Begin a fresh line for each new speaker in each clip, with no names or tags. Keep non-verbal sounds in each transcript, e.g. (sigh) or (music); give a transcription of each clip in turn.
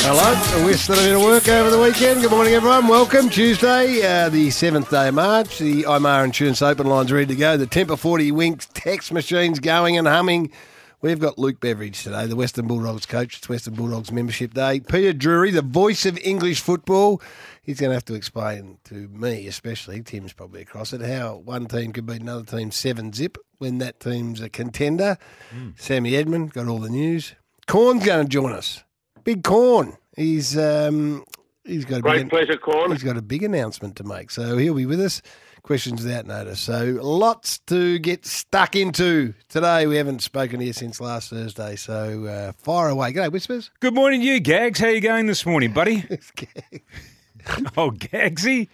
Hello, we're still a bit of work over the weekend. Good morning, everyone. Welcome. Tuesday, uh, the 7th day of March. The IMAR Insurance Open Line's ready to go. The Temper 40 Winks text machine's going and humming. We've got Luke Beveridge today, the Western Bulldogs coach. It's Western Bulldogs membership day. Peter Drury, the voice of English football. He's going to have to explain to me, especially, Tim's probably across it, how one team could beat another team 7 zip when that team's a contender. Sammy Edmund got all the news. Corn's going to join us. Big Corn. He's um, he's got a
Great
big,
pleasure, Corn.
he's got a big announcement to make, so he'll be with us. Questions without notice. So lots to get stuck into today. We haven't spoken here since last Thursday, so uh, fire away. G'day, whispers. (laughs)
Good morning, to you Gags. How you going this morning, buddy? oh, Gagsy.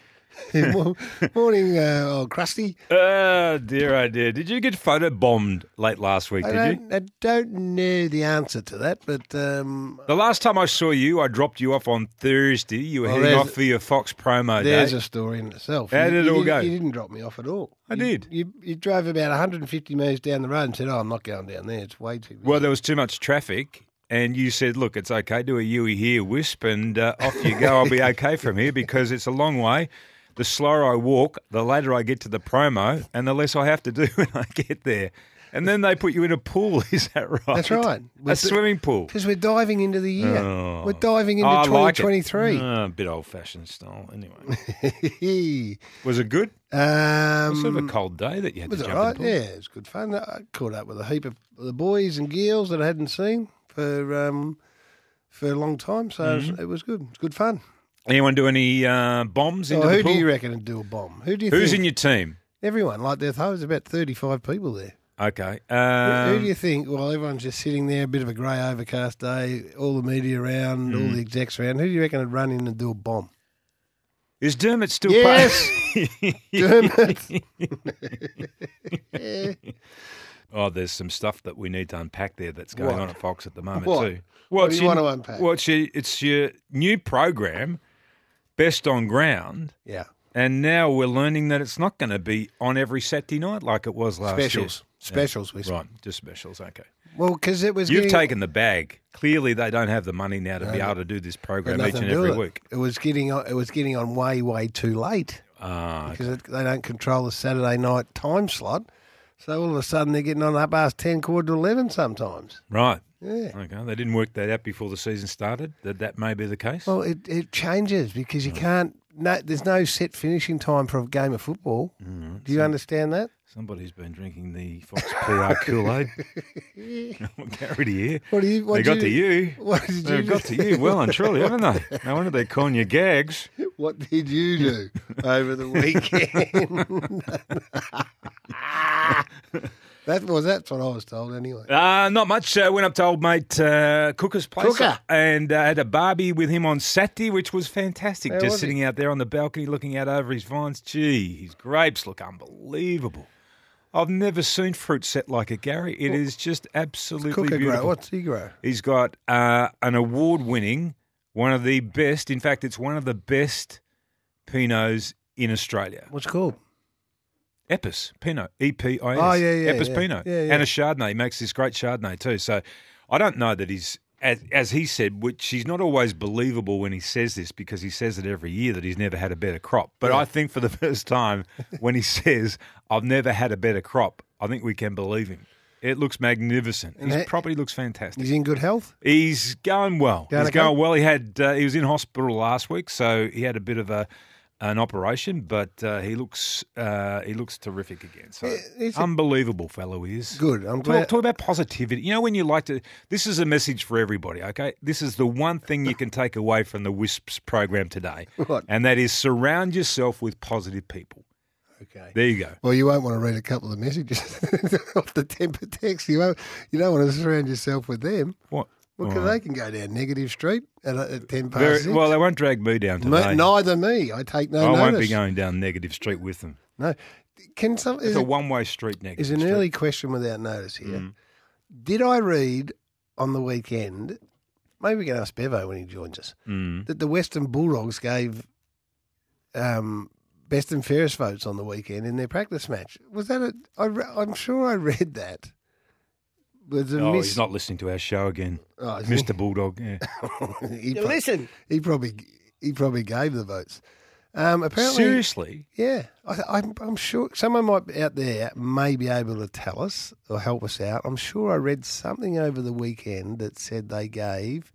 Morning, uh, old Krusty.
Oh dear, oh dear. Did you get photo bombed late last week?
I
Did you?
don't, I don't know the answer to that, but um,
The last time I saw you, I dropped you off on Thursday. You were
Well,
heading
there's-
off for your Fox promo
there's
day.
a story in itself.
How
You-
did it
you
all
didn't-
go?
You didn't drop me off at all.
I
You-
did.
You, you drove about 150 metres down the road and said, "Oh, I'm not going down there. It's way too." Busy.
well, there was too much traffic, and you said, "Look, it's okay. Do a Yui here, Wisp, and uh, off you
(laughs)
go. I'll be okay from here because it's a long way." The slower I walk, the later I get to the promo, and the less I have to do (laughs) when I get there. And then they put you in a pool. (laughs) Is that right?
That's right.
A
We're-
swimming pool.
Because we're diving into the year.
Oh.
We're diving into
Oh, I like it.
2023.
Ah, a bit old fashioned style. Anyway,
(laughs) um,
was it good? It was sort of a cold day that you had
was
to
it
jump
right?
in the pool.
Yeah, it was good fun. I caught up with a heap of the boys and girls that I hadn't seen for um, for a long time, so it,
Mm-hmm.
was, it was good. It was good fun.
Anyone do any uh, bombs
So
into
Oh, who
the pool?
do you reckon would do a bomb? Who do you
Who's
think?
in your team?
Everyone. Like there, there was about 35 people there.
Okay.
Who- who do
Um,
you think? Well, everyone's just sitting there, a bit of a grey overcast day, all the media around, all
Mm.
the execs around. Who do you reckon would run in and do a bomb?
is Dermot still
Yes.
playing?
(laughs)
(laughs)
Dermot.
oh, there's some stuff that we need to unpack there that's going
What?
on at Fox at the moment
What?
too.
What
What's
do you
your-
want to unpack?
What's your? It's your new program, Best on Ground.
Yeah.
And now we're learning that it's not going to be on every Saturday night like it was last
Specials.
year.
Specials, we
Yeah. Right, just specials. Okay.
Well, because it was
You've
getting,
taken the bag. Clearly, they don't have the money now to be able to do this
had
program each
nothing
and
to do
every
with it.
week.
It was getting on, it was getting on way way too late
Ah,
because it they don't control the Saturday night time slot. So all of a sudden they're getting on up past ten quarter to eleven sometimes.
right.
Yeah.
Okay. They didn't work that out before the season started. That that may be the case.
Well, it, it changes because you can't. No, there's no set finishing time for a game of football.
Mm-hmm.
Do you understand that?
Somebody's been drinking the Fox PR Kool
(laughs)
Aid. Garrity here.
What do you? What
they got to you.
(laughs) What did you?
They've got to
do?
you well and truly, haven't they? No wonder they're calling you gags.
What did you do over the weekend? that was that's what I was told anyway.
Uh, not much. Uh, went up to old mate uh, Cooker's place
Cooker.
and uh, had a barbie with him on Saturday, which was fantastic.
How
Just
was
sitting out there on the balcony looking out over his vines. Gee, his grapes look unbelievable. I've never seen fruit set like it, Gary. It is just absolutely
Cooker
beautiful.
grow. What's he grow?
He's got uh, an award winning, one of the best, in fact, it's one of the best Pinots in Australia.
What's it called?
Epis Pinot, E P I S.
Oh, yeah, yeah,
Epis
yeah.
Pinot,
Yeah, yeah.
and a Chardonnay. He makes this great Chardonnay too. So I don't know that he's as, as he said, which he's not always believable when he says this because he says it every year that he's never had a better crop. But I think for the (laughs) first time
(laughs)
when he says I've never had a better crop, I think we can believe him. It looks magnificent.
And
His
that-
property looks fantastic.
He's in good health.
He's going well.
Going
He's
okay?
going well. He had uh, he was in hospital last week, so he had a bit of a an operation, but uh, he looks uh, he looks terrific again. So
he's a-
unbelievable fellow he is.
Good. I'm
Talk,
glad.
talk about positivity. You know when you like to. This is a message for everybody. Okay, this is the one thing you can take away from the Wisps program today,
What?
and that is surround yourself with positive people.
Okay.
There you go.
Well, you won't want to read a couple of messages (laughs) off the temper text. You won't. You don't want to surround yourself with them.
What?
Well, 'cause they can go down negative street at, at ten past
Very,
six.
well, they won't drag me down
Ma-
today.
neither me. I take no
I
notice.
won't be going down negative street with them.
No. Can some?
It's
Is,
a
it,
one-way street negative.
is an
street.
early question without notice here.
Mm.
Did I read on the weekend? Maybe we can ask Bevo when he joins us.
Mm.
that the Western Bulldogs gave um, best and fairest votes on the weekend in their practice match. Was that a? I, re- I'm sure I read that, There's a
Oh,
miss.
he's not listening to our show again,
Oh, is he?
Mr. Bulldog. Yeah.
(laughs) he,
You
pro-
listen.
he probably he probably gave the votes. Um, apparently,
Seriously,
yeah. I, I'm, I'm sure someone might out there may be able to tell us or help us out. I'm sure I read something over the weekend that said they gave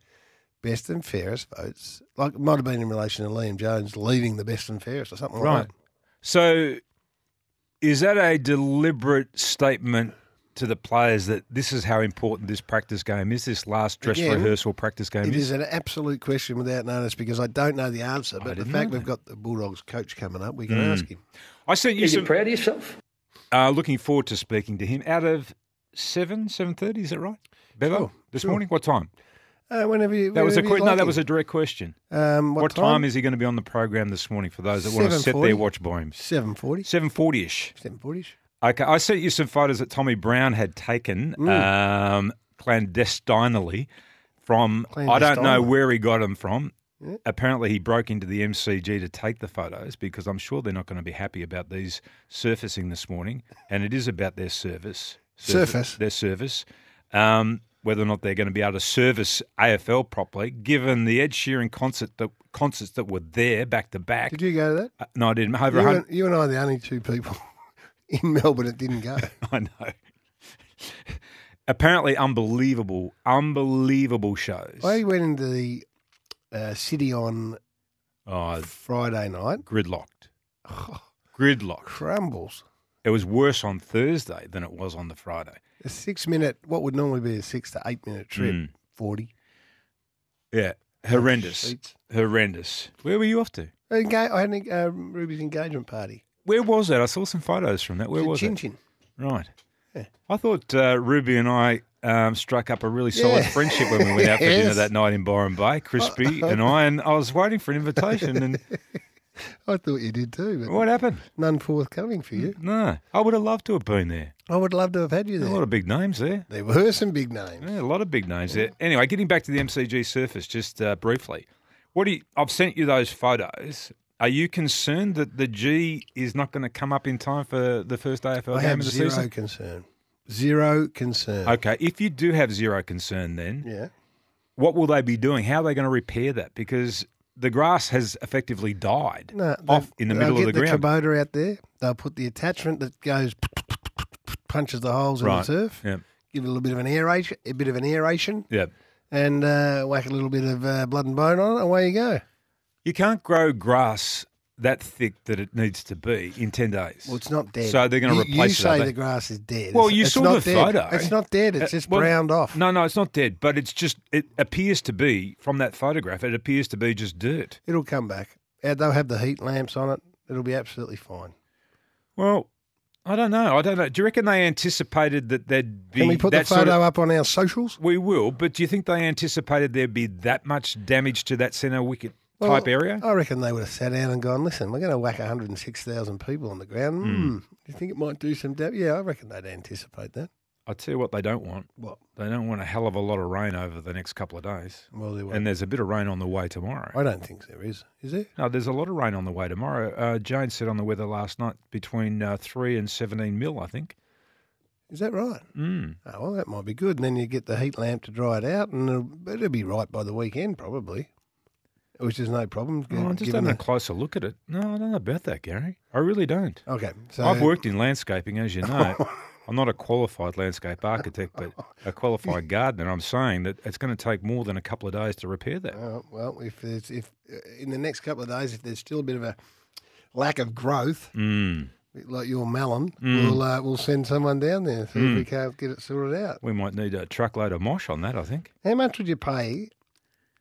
best and fairest votes. Like it might have been in relation to Liam Jones leaving the best and fairest or something
right?
like that.
So, is that a deliberate statement to the players that this is how important this practice game is? This last dress
Again,
rehearsal practice game
It
is.
is an absolute question without notice because I don't know the answer. But the
didn't
fact
know Hmm.
we've got the Bulldogs coach coming up, we can ask him.
I sent
Are
you
you
some.
proud of yourself?
Uh, looking forward to speaking to him. Out of seven, seven thirty, is that right? Bevo,
Sure,
this
sure.
morning. What time?
Uh, whenever you,
That was a
whenever you'd
que- no.
like
That
him.
was a direct question.
Um,
What, time? is he going to be on the program this morning? For those that want to set
7:40.
their watch by him,
Seven forty.
seven forty ish.
Seven forty-ish.
Okay, I sent you some photos that Tommy Brown had taken
Hmm.
um, clandestinely from. I don't know
Clandestinely.
where he got them from. Apparently, he broke into the MCG to take the photos because I'm sure they're not going to be happy about these surfacing this morning. And it is about their service,
Surface.
their service, um, whether or not they're going to be able to service AFL properly, given the Ed Sheeran concert that concerts that were there back to back.
Did you go to that?
Uh, No, I didn't. Over a
You,
hundred.
and, you and I are the only two people (laughs) in Melbourne that didn't
(laughs)
go.
I know. Apparently, unbelievable, unbelievable shows.
I went into the uh, city on
Oh,
Friday night.
gridlocked. Gridlocked.
Crumbles.
It was worse on Thursday than it was on the Friday.
A six-minute, what would normally be a six to eight-minute trip,
Mm.
forty.
Yeah, horrendous,
Seats.
horrendous. Where were you off to?
Enga- I had an, uh, Ruby's engagement party.
Where was that? I saw some photos from that. Where
It's a
was
chin
it?
chin.
Right.
Yeah.
I thought uh, Ruby and I um, struck up a really solid
Yeah.
friendship when we went out for
(laughs)
dinner
Yes.
that night in Byron
(laughs)
Bay, Crispy and I. And I was waiting for an invitation, and
I thought you did too, but
what happened?
none forthcoming for you.
No, I would have loved to have been there.
I would love to have had you
There's a lot
there.
of big names there.
There were some big names.
Yeah, a lot of big names there. Anyway, getting back to the MCG surface just uh, briefly. What do you, I've sent you those photos. Are you concerned that the G is not going to come up in time for the first AFL
I
game
have
of the
zero
season?
concern. Zero concern.
Okay, if you do have zero concern, then
Yeah.
what will they be doing? How are they going to repair that? Because the grass has effectively died
No,
off
they'll-
in the
they'll
middle of the
get
ground.
Kubota out there. They'll put the attachment that goes punches the holes in the
Right.
turf.
Yeah.
Give it a little bit of an aeration, a bit of an aeration,
yeah.
and uh, whack a little bit of uh, blood and bone on it. Away you go.
You can't grow grass that thick that it needs to be in 10 days.
Well, it's not dead.
So they're gonna
You-
replace it,
You
are
say
they?
the grass is dead.
Well,
It's-
you
it's
saw
not
the
dead.
photo.
It's not dead. It's
Uh,
just
well,
browned off.
No, no, it's not dead, but it's just it appears to be from that photograph. It appears to be just dirt.
It'll come back. Uh, They'll have the heat lamps on it. It'll be absolutely fine.
Well, I don't know. I don't know. Do you reckon they anticipated that there'd be?
Can we put the
that sort
photo
of-
up on our socials?
we will, but do you think they anticipated there'd be that much damage to that centre wicket
Well,
type area?
I reckon they would have sat down and gone, listen, we're going to whack 106,000 people on the ground. Hmm. Do you think it might do some damage? Yeah, I reckon they'd anticipate that.
I tell you what, they don't want.
What?
They don't want a hell of a lot of rain over the next couple of days,
Well, there
and
won't.
there's a bit of rain on the way tomorrow.
I don't think there is. Is there?
No, there's a lot of rain on the way tomorrow. Uh, Jane said on the weather last night between uh, three and seventeen mil, I think.
Is that right?
Mm.
Oh, well, that might be good. And then you get the heat lamp to dry it out, and it'll, it'll be right by the weekend, probably, which is no problem.
Oh, I'm just
given
having a
the-
closer look at it. No, I don't know about that, Gary. I really don't.
Okay. So
I've worked in landscaping, as you know. I'm not a qualified landscape architect, but a qualified gardener. I'm saying that it's going to take more than a couple of days to repair that.
Uh, well, if there's, if uh, in the next couple of days, if there's still a bit of a lack of growth,
Mm.
bit like your melon, we'll uh, we'll send someone down there see
Mm.
if we can't get it sorted out.
We might need a truckload of mosh on that, I think.
How much would you pay?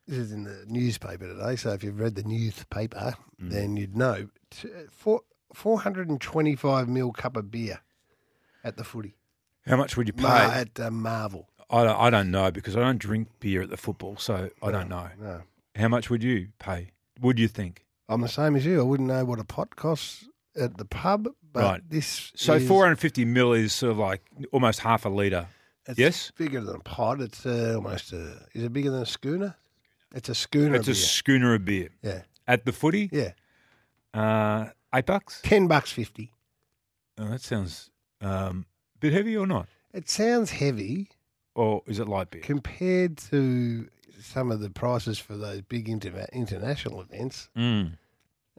This is in the newspaper today, so if you've read the newspaper,
Mm.
then you'd know. T- Four four hundred and twenty-five mil cup of beer at the footy
How much would you pay?
Mar- at uh, Marvel.
I, don't, I don't know because I don't drink beer at the football, so I don't know.
No,
How much would you pay? Would you think?
I'm the same as you. I wouldn't know what a pot costs at the pub, but
Right.
this
So
is,
450 mil is sort of like almost half a litre.
It's
Yes?
bigger than a pod. It's uh, almost a. Is it bigger than a schooner? It's a schooner.
It's a
beer.
schooner of beer.
yeah,
At the footy,
yeah.
uh, eight bucks.
Ten bucks fifty.
Oh, that sounds um, a bit heavy or not?
It sounds heavy,
or is it light beer?
Compared to some of the prices for those big interna- international events,
Mm.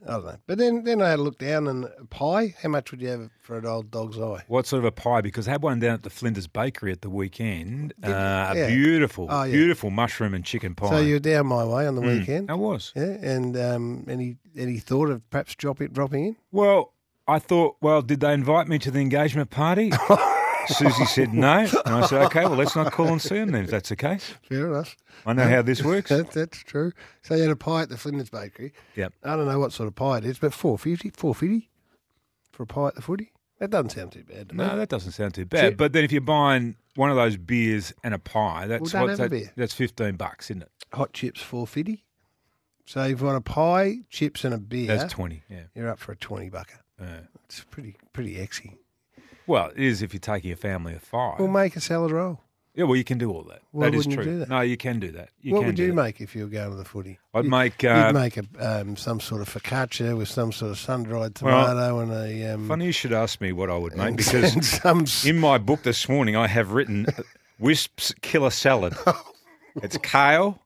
I don't know. But then, then I had a look down and a pie. How much would you have for an old dog's eye?
What sort of a pie? Because I had one down at the Flinders Bakery at the weekend. Uh, a
Yeah.
beautiful,
Oh, yeah.
beautiful mushroom and chicken pie. Mm.
So you were down my way on the weekend,
I was.
yeah, and um, any any thought of perhaps drop it dropping in?
Well, I thought, well, did they invite me to the
(laughs)
engagement party? Susie said no. And I said, okay, well, let's not call and see them then if that's the case.
Fair enough.
I know how this works.
(laughs) That, that's true. So you had a pie at the Flinders Bakery.
Yep.
I don't know what sort of pie it is, but four fifty, four fifty for a pie at the footy. That doesn't sound too bad. to me.
No, that doesn't sound too bad. But then if you're buying one of those beers and a pie, that's
don't
what,
have a
that-
beer.
that's 15 bucks, isn't it?
hot chips four fifty. So if you want a pie, chips, and a beer,
That's 20, yeah.
you're up for a twenty bucker.
Yeah.
It's pretty pretty exy.
Well, it is if you're taking a family of five.
We'll make a salad roll.
yeah, well, you can do all that.
Why
that is
wouldn't you
true.
do that?
No, you can do that. You
what
can
would
do
you
that.
make if you were going to the footy?
I'd
You-
make.
You'd
Uh,
make a, um, some sort of focaccia with some sort of sun dried
Well,
tomato and a um,
funny you should ask me what I would make
and-
because
and (laughs) some s-
(laughs) In my book this morning, I have written uh, Wisps Killer
(laughs)
Salad.
Oh.
It's kale,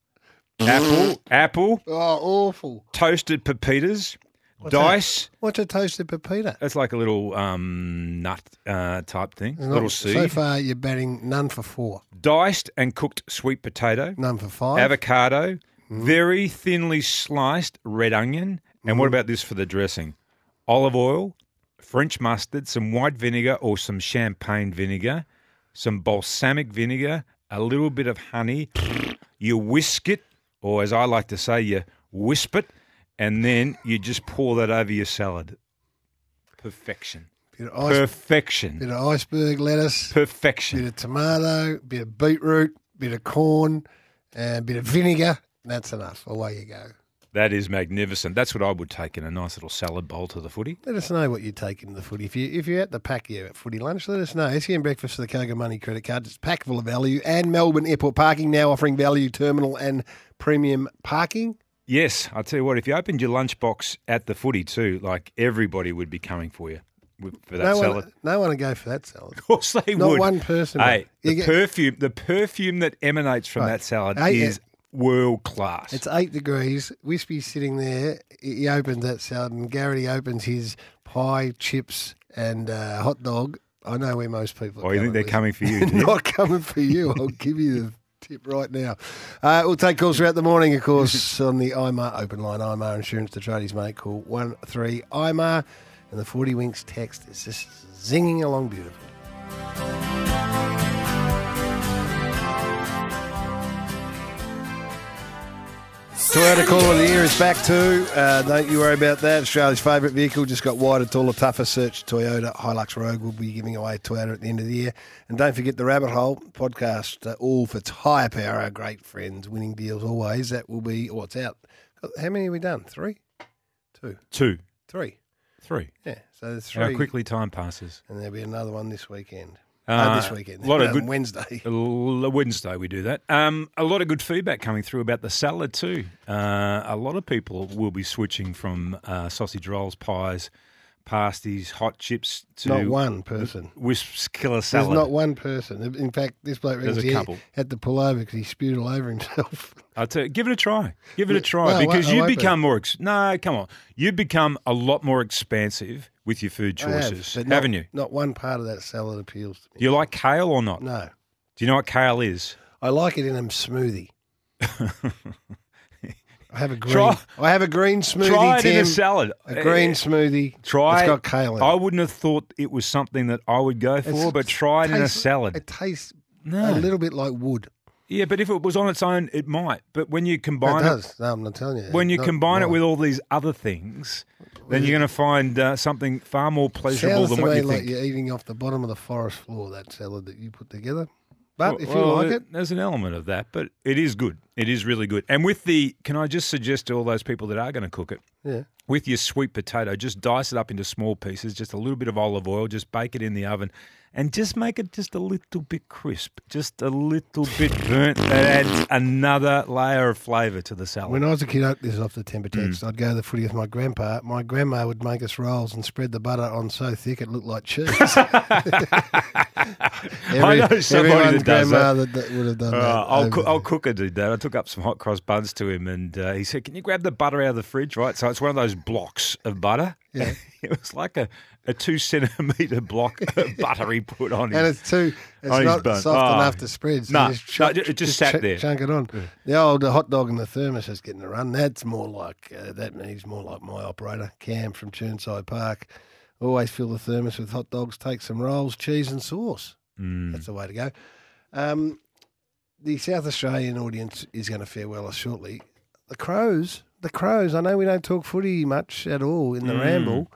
apple, apple,
oh awful.
toasted pepitas,
What's that?
dice.
What's a toasted pepita?
That's like a little um, nut uh, type thing,
Not-
little
So
seed.
far, you're batting none for four,
Diced and cooked sweet potato,
none for five.
avocado,
Mm-hmm.
very thinly sliced red onion. And
Mm-hmm.
what about this for the dressing? Olive oil, French mustard, some white vinegar or some champagne vinegar, some balsamic vinegar, a little bit of honey. You whisk it, or as I like to say, you wisp it, and then you just pour that over your salad. Perfection.
bit of, ice,
Perfection.
bit of iceberg lettuce, bit
Perfection.
of tomato, bit of beetroot, bit of corn, and a bit of vinegar. That's enough. Away you go.
That is magnificent. That's what I would take in a nice little salad bowl to the footy.
Let us know what you take into the footy. If you if you're at the pack here at footy lunch, let us know. SEM breakfast for the Kogan Money credit card. It's packed full of value and Melbourne Airport parking now offering value terminal and premium parking.
Yes, I tell you what, if you opened your lunchbox at the footy too, like everybody would be coming for you with- for that
No
salad.
one, no one would go for that
(laughs)
salad.
Of course they
Not
would.
one person.
Hey,
would.
the
You get-
perfume, the perfume that emanates from that salad
Hey,
is world class.
it's eight degrees. Wispy's sitting there. He he opens that salad, and Garrity opens his pie, chips, and uh, hot dog. I know where most people. are
Or Oh, you think they're
with.
coming for you?
They're
do
(laughs)
you?
not coming for you.
(laughs)
I'll give you the tip right now. Uh, we'll take calls throughout the morning, of
(laughs)
course, on the IMAR open line. IMAR Insurance, the tradies mate. Call one three IMAR, and the forty winks text is just zinging along beautiful. Toyota Call of the Year is back too. Uh, don't you worry about that. Australia's favourite vehicle just got wider, taller, tougher. Search Toyota Hilux Rogue. We'll be giving away a Toyota at the end of the year. And don't forget the Rabbit Hole podcast, uh, all for tyre power. Our great friends, winning deals always. That will be, oh, it's out. How many have we done? Three? Two?
Two,
Three.
three.
Yeah, so there's
How
three.
quickly time passes.
And there'll be another one this weekend.
Uh,
no, this weekend.
A lot of
Um,
good.
Wednesday.
(laughs) L- Wednesday we do that. Um, a lot of good feedback coming through about the salad too. Uh, a lot of people will be switching from uh, sausage rolls, pies, pasties, hot chips to
Not one person.
Wisps killer
There's
salad.
not one person. In fact, this bloke
There's
reckons
a
he
couple.
had to pull over because he spewed all over himself. (laughs)
I tell you, give it a try. Give it a try
Well, I
because
won't- I
you
won't be.
become more. Ex- no, come on. You become a lot more expansive with your food
I have,
choices,
but
have,
not-
not you?
Not one part of that salad appeals to me.
Do you like kale or not?
No,
Do you know what kale is?
I like it in a
(laughs)
smoothie. I have a green.
Try-
I have a green smoothie.
try it
Tim.
in a salad.
A green
Eh,
smoothie.
Try.
It's got kale in it.
I wouldn't have thought it was something that I would go for,
It's-
but try it in a
tastes-
salad.
It tastes
No.
a little bit like wood.
yeah, but if it was on its own, it might. But when you
It
combine it,
does. No, I'm not telling you.
when you
Not-
combine it
no.
with all these other things, then you're going to find uh, something far more pleasurable
sounds
than
to
what
me
you
like
think.
you're eating off the bottom of the forest floor that salad that you put together. But if you
Well,
like
there-
it,
there's an element of that, but it is good. It is really good. And with the, can I just suggest to all those people that are going to cook it,
Yeah.
with your sweet potato, just dice it up into small pieces, just a little bit of olive oil, just bake it in the oven, and just make it just a little bit crisp, just a little bit burnt. That adds another layer of flavour to the salad.
When I was a kid, I, this is off the temper
Hmm.
text. I'd go to the footy with my grandpa. My grandma would make us rolls and spread the butter on so thick it looked like
(laughs)
cheese. (laughs) Every-
know somebody
everyone's
that does
grandma that. that would have done that. Um,
Uh, I'll,
over
coo- I'll cook a dude that. I took up some hot cross buns to him, and uh, he said, "Can you grab the butter out of the fridge?" Right, so it's one of those blocks of butter.
Yeah.
(laughs) it was like a, a two centimeter block
(laughs)
of butter he put on
And
his
it's too, it's
Oh, he's
not
burnt.
soft
Oh.
enough to spread. So
No,
just
no,
chuck-
it just sat
chuck-
there.
Chunk it on. The old uh, hot dog in the thermos is getting a run. That's more like, uh, that he's more like my operator, Cam from Churnside Park. Always fill the thermos with hot dogs, take some rolls, cheese, and sauce.
Mm.
That's the way to go. Um, the South Australian audience is going to fare well shortly. The Crows, the Crows. I know we don't talk footy much at all in the
Mm.
ramble,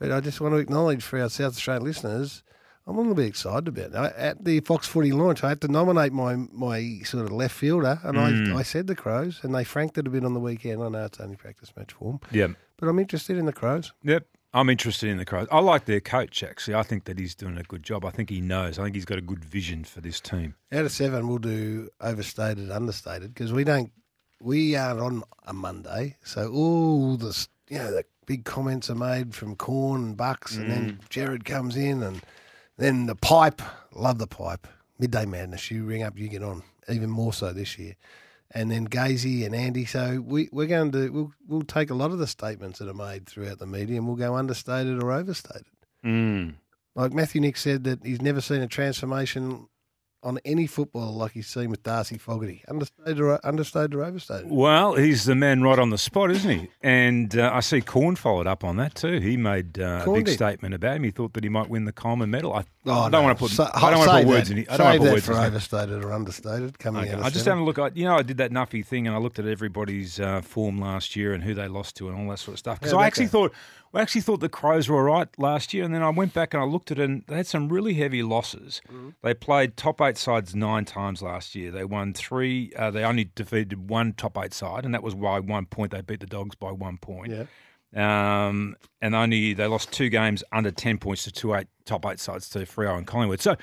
but I just want to acknowledge for our South Australian listeners, I'm a little bit excited about. It. At the Fox Footy launch, I had to nominate my my sort of left fielder, and
Mm.
I I said the Crows, and they franked it a bit on the weekend. I know it's only practice match form,
Yeah,
but I'm interested in the Crows.
yep. I'm interested in the Crows. I like their coach actually. I think that he's doing a good job. I think he knows. I think he's got a good vision for this team.
Out of seven, we'll do overstated, understated because we don't, we aren't on a Monday, so all the s- you know the big comments are made from Corn and Bucks, and then Jared comes in, and then the pipe. Love the pipe. Midday madness. You ring up, you get on. Even more so this year, and then Gazy and Andy. So we we're going to we'll we'll take a lot of the statements that are made throughout the media, and we'll go understated or overstated.
Mm.
Like Matthew Nick said that he's never seen a transformation on any footballer like he's seen with Darcy Fogarty. Understated or, understated or overstated?
Well, he's the man right on the spot, isn't he? And uh, I see Corn followed up on that too. He made uh, a
Corn
big
did.
statement about him. He thought that he might win the Coleman Medal. I, I don't
Oh, no.
want to put.
Sa-
I don't want to
save
put words
that.
in. it. I don't
Save
want to put
that
words
for
in. it.
overstated or understated coming
Okay.
out.
I just had
don't.
a look. at- You know, I did that Nuffy thing, and I looked at everybody's uh, form last year and who they lost to, and all that sort of stuff. Because
How'd
I
that
actually
go?
thought, I actually thought the Crows were all right last year, and then I went back and I looked at it, and they had some really heavy losses.
Mm-hmm.
They played top eight sides nine times last year. They won three. Uh, they only defeated one top eight side, and that was by one point. They beat the Dogs by one point.
Yeah.
Um, and only they lost two games under ten points to two eight top eight sides to Freo and Collingwood. So,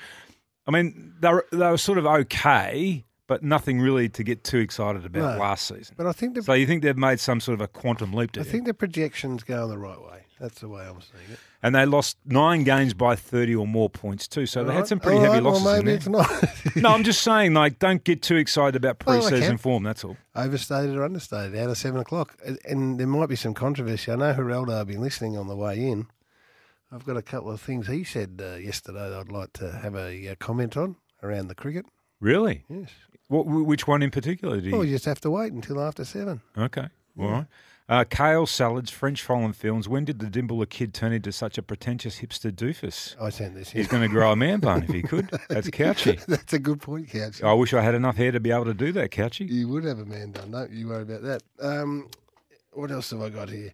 I mean, they were, they were sort of okay, but nothing really to get too excited about
No.
last season.
But I think the
So you think they've made some sort of a quantum leap to
I think the projections go the right way. That's the way I'm seeing it.
and they lost nine games by thirty or more points too. So they had some pretty
All
heavy
right,
losses
Well,
in
maybe
there.
it's not (laughs)
No, I'm just saying, like, don't get too excited about
Well, I
preseason
can.
form. That's all.
overstated or understated out of seven o'clock. And there might be some controversy. I know Geraldo have been listening on the way in. I've got a couple of things he said uh, yesterday that I'd like to have a uh, comment on around the cricket.
Really?
Yes.
What, which one in particular do you?
Well, you just have to wait until after seven.
Okay. All right. Uh, kale salads, French fallen films. When did the Dimbler kid turn into such a pretentious hipster doofus?
I sent this in.
He's going to grow a man bun if he could. That's
(laughs)
Couchy.
That's a good point, Couch.
I wish I had enough hair to be able to do that, Couchy.
You would have a man done. Don't you worry about that. Um, what else have I got here?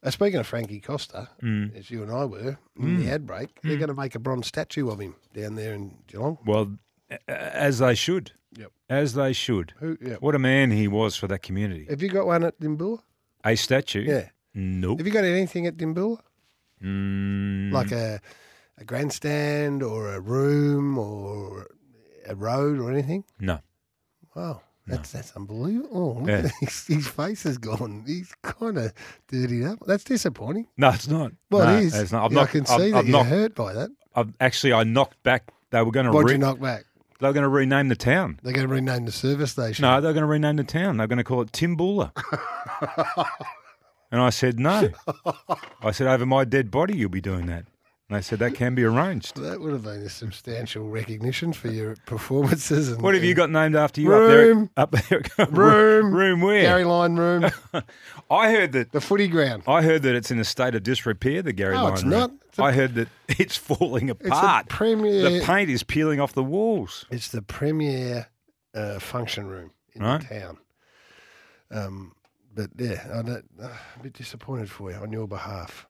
Uh, speaking of Frankie Costa,
Mm.
as you and I were in the ad break, they're going to make a bronze statue of him down there in Geelong.
Well, a- a- as they should.
Yep.
As they should.
Who? Yeah.
What a man he was for that community.
Have you got one at Dimboola?
A statue?
Yeah.
Nope.
Have you got anything at Dimboola?
Mm,
Like a a grandstand or a room or a road or anything?
no.
Wow. That's that's unbelievable. Oh, look
Yeah.
at (laughs) his, his face is gone. He's kind of dirtied up. That's disappointing.
No, it's not.
Well,
no,
it is.
It's not. I've
Yeah, I
knocked,
can see
I've,
that
I've
you're
knocked,
hurt by that.
I've, actually, I knocked back. They were going to
Why'd you
re-
knock back?
they were going to rename the town.
They're going to rename the service station.
No, they're going to rename the town. They're going to call it Timboola. and I said, no. I said, over my dead body, you'll be doing that. And they said, that can be arranged.
That would have been a substantial recognition for your performances. And,
What have you got named after you
Room.
up there? Up there,
(laughs) Room.
room where?
Gary Line
(laughs)
Room,
I heard that.
the footy ground.
I heard that it's in a state of disrepair. The Gary
No,
Lyon
it's
room.
not. It's a-
I heard that (laughs) it's falling
It's
apart.
the premier.
the paint is peeling off the walls.
it's the premier uh, function room in
Right.
the town. uh, Um, but yeah, I'm a bit disappointed for you on your behalf.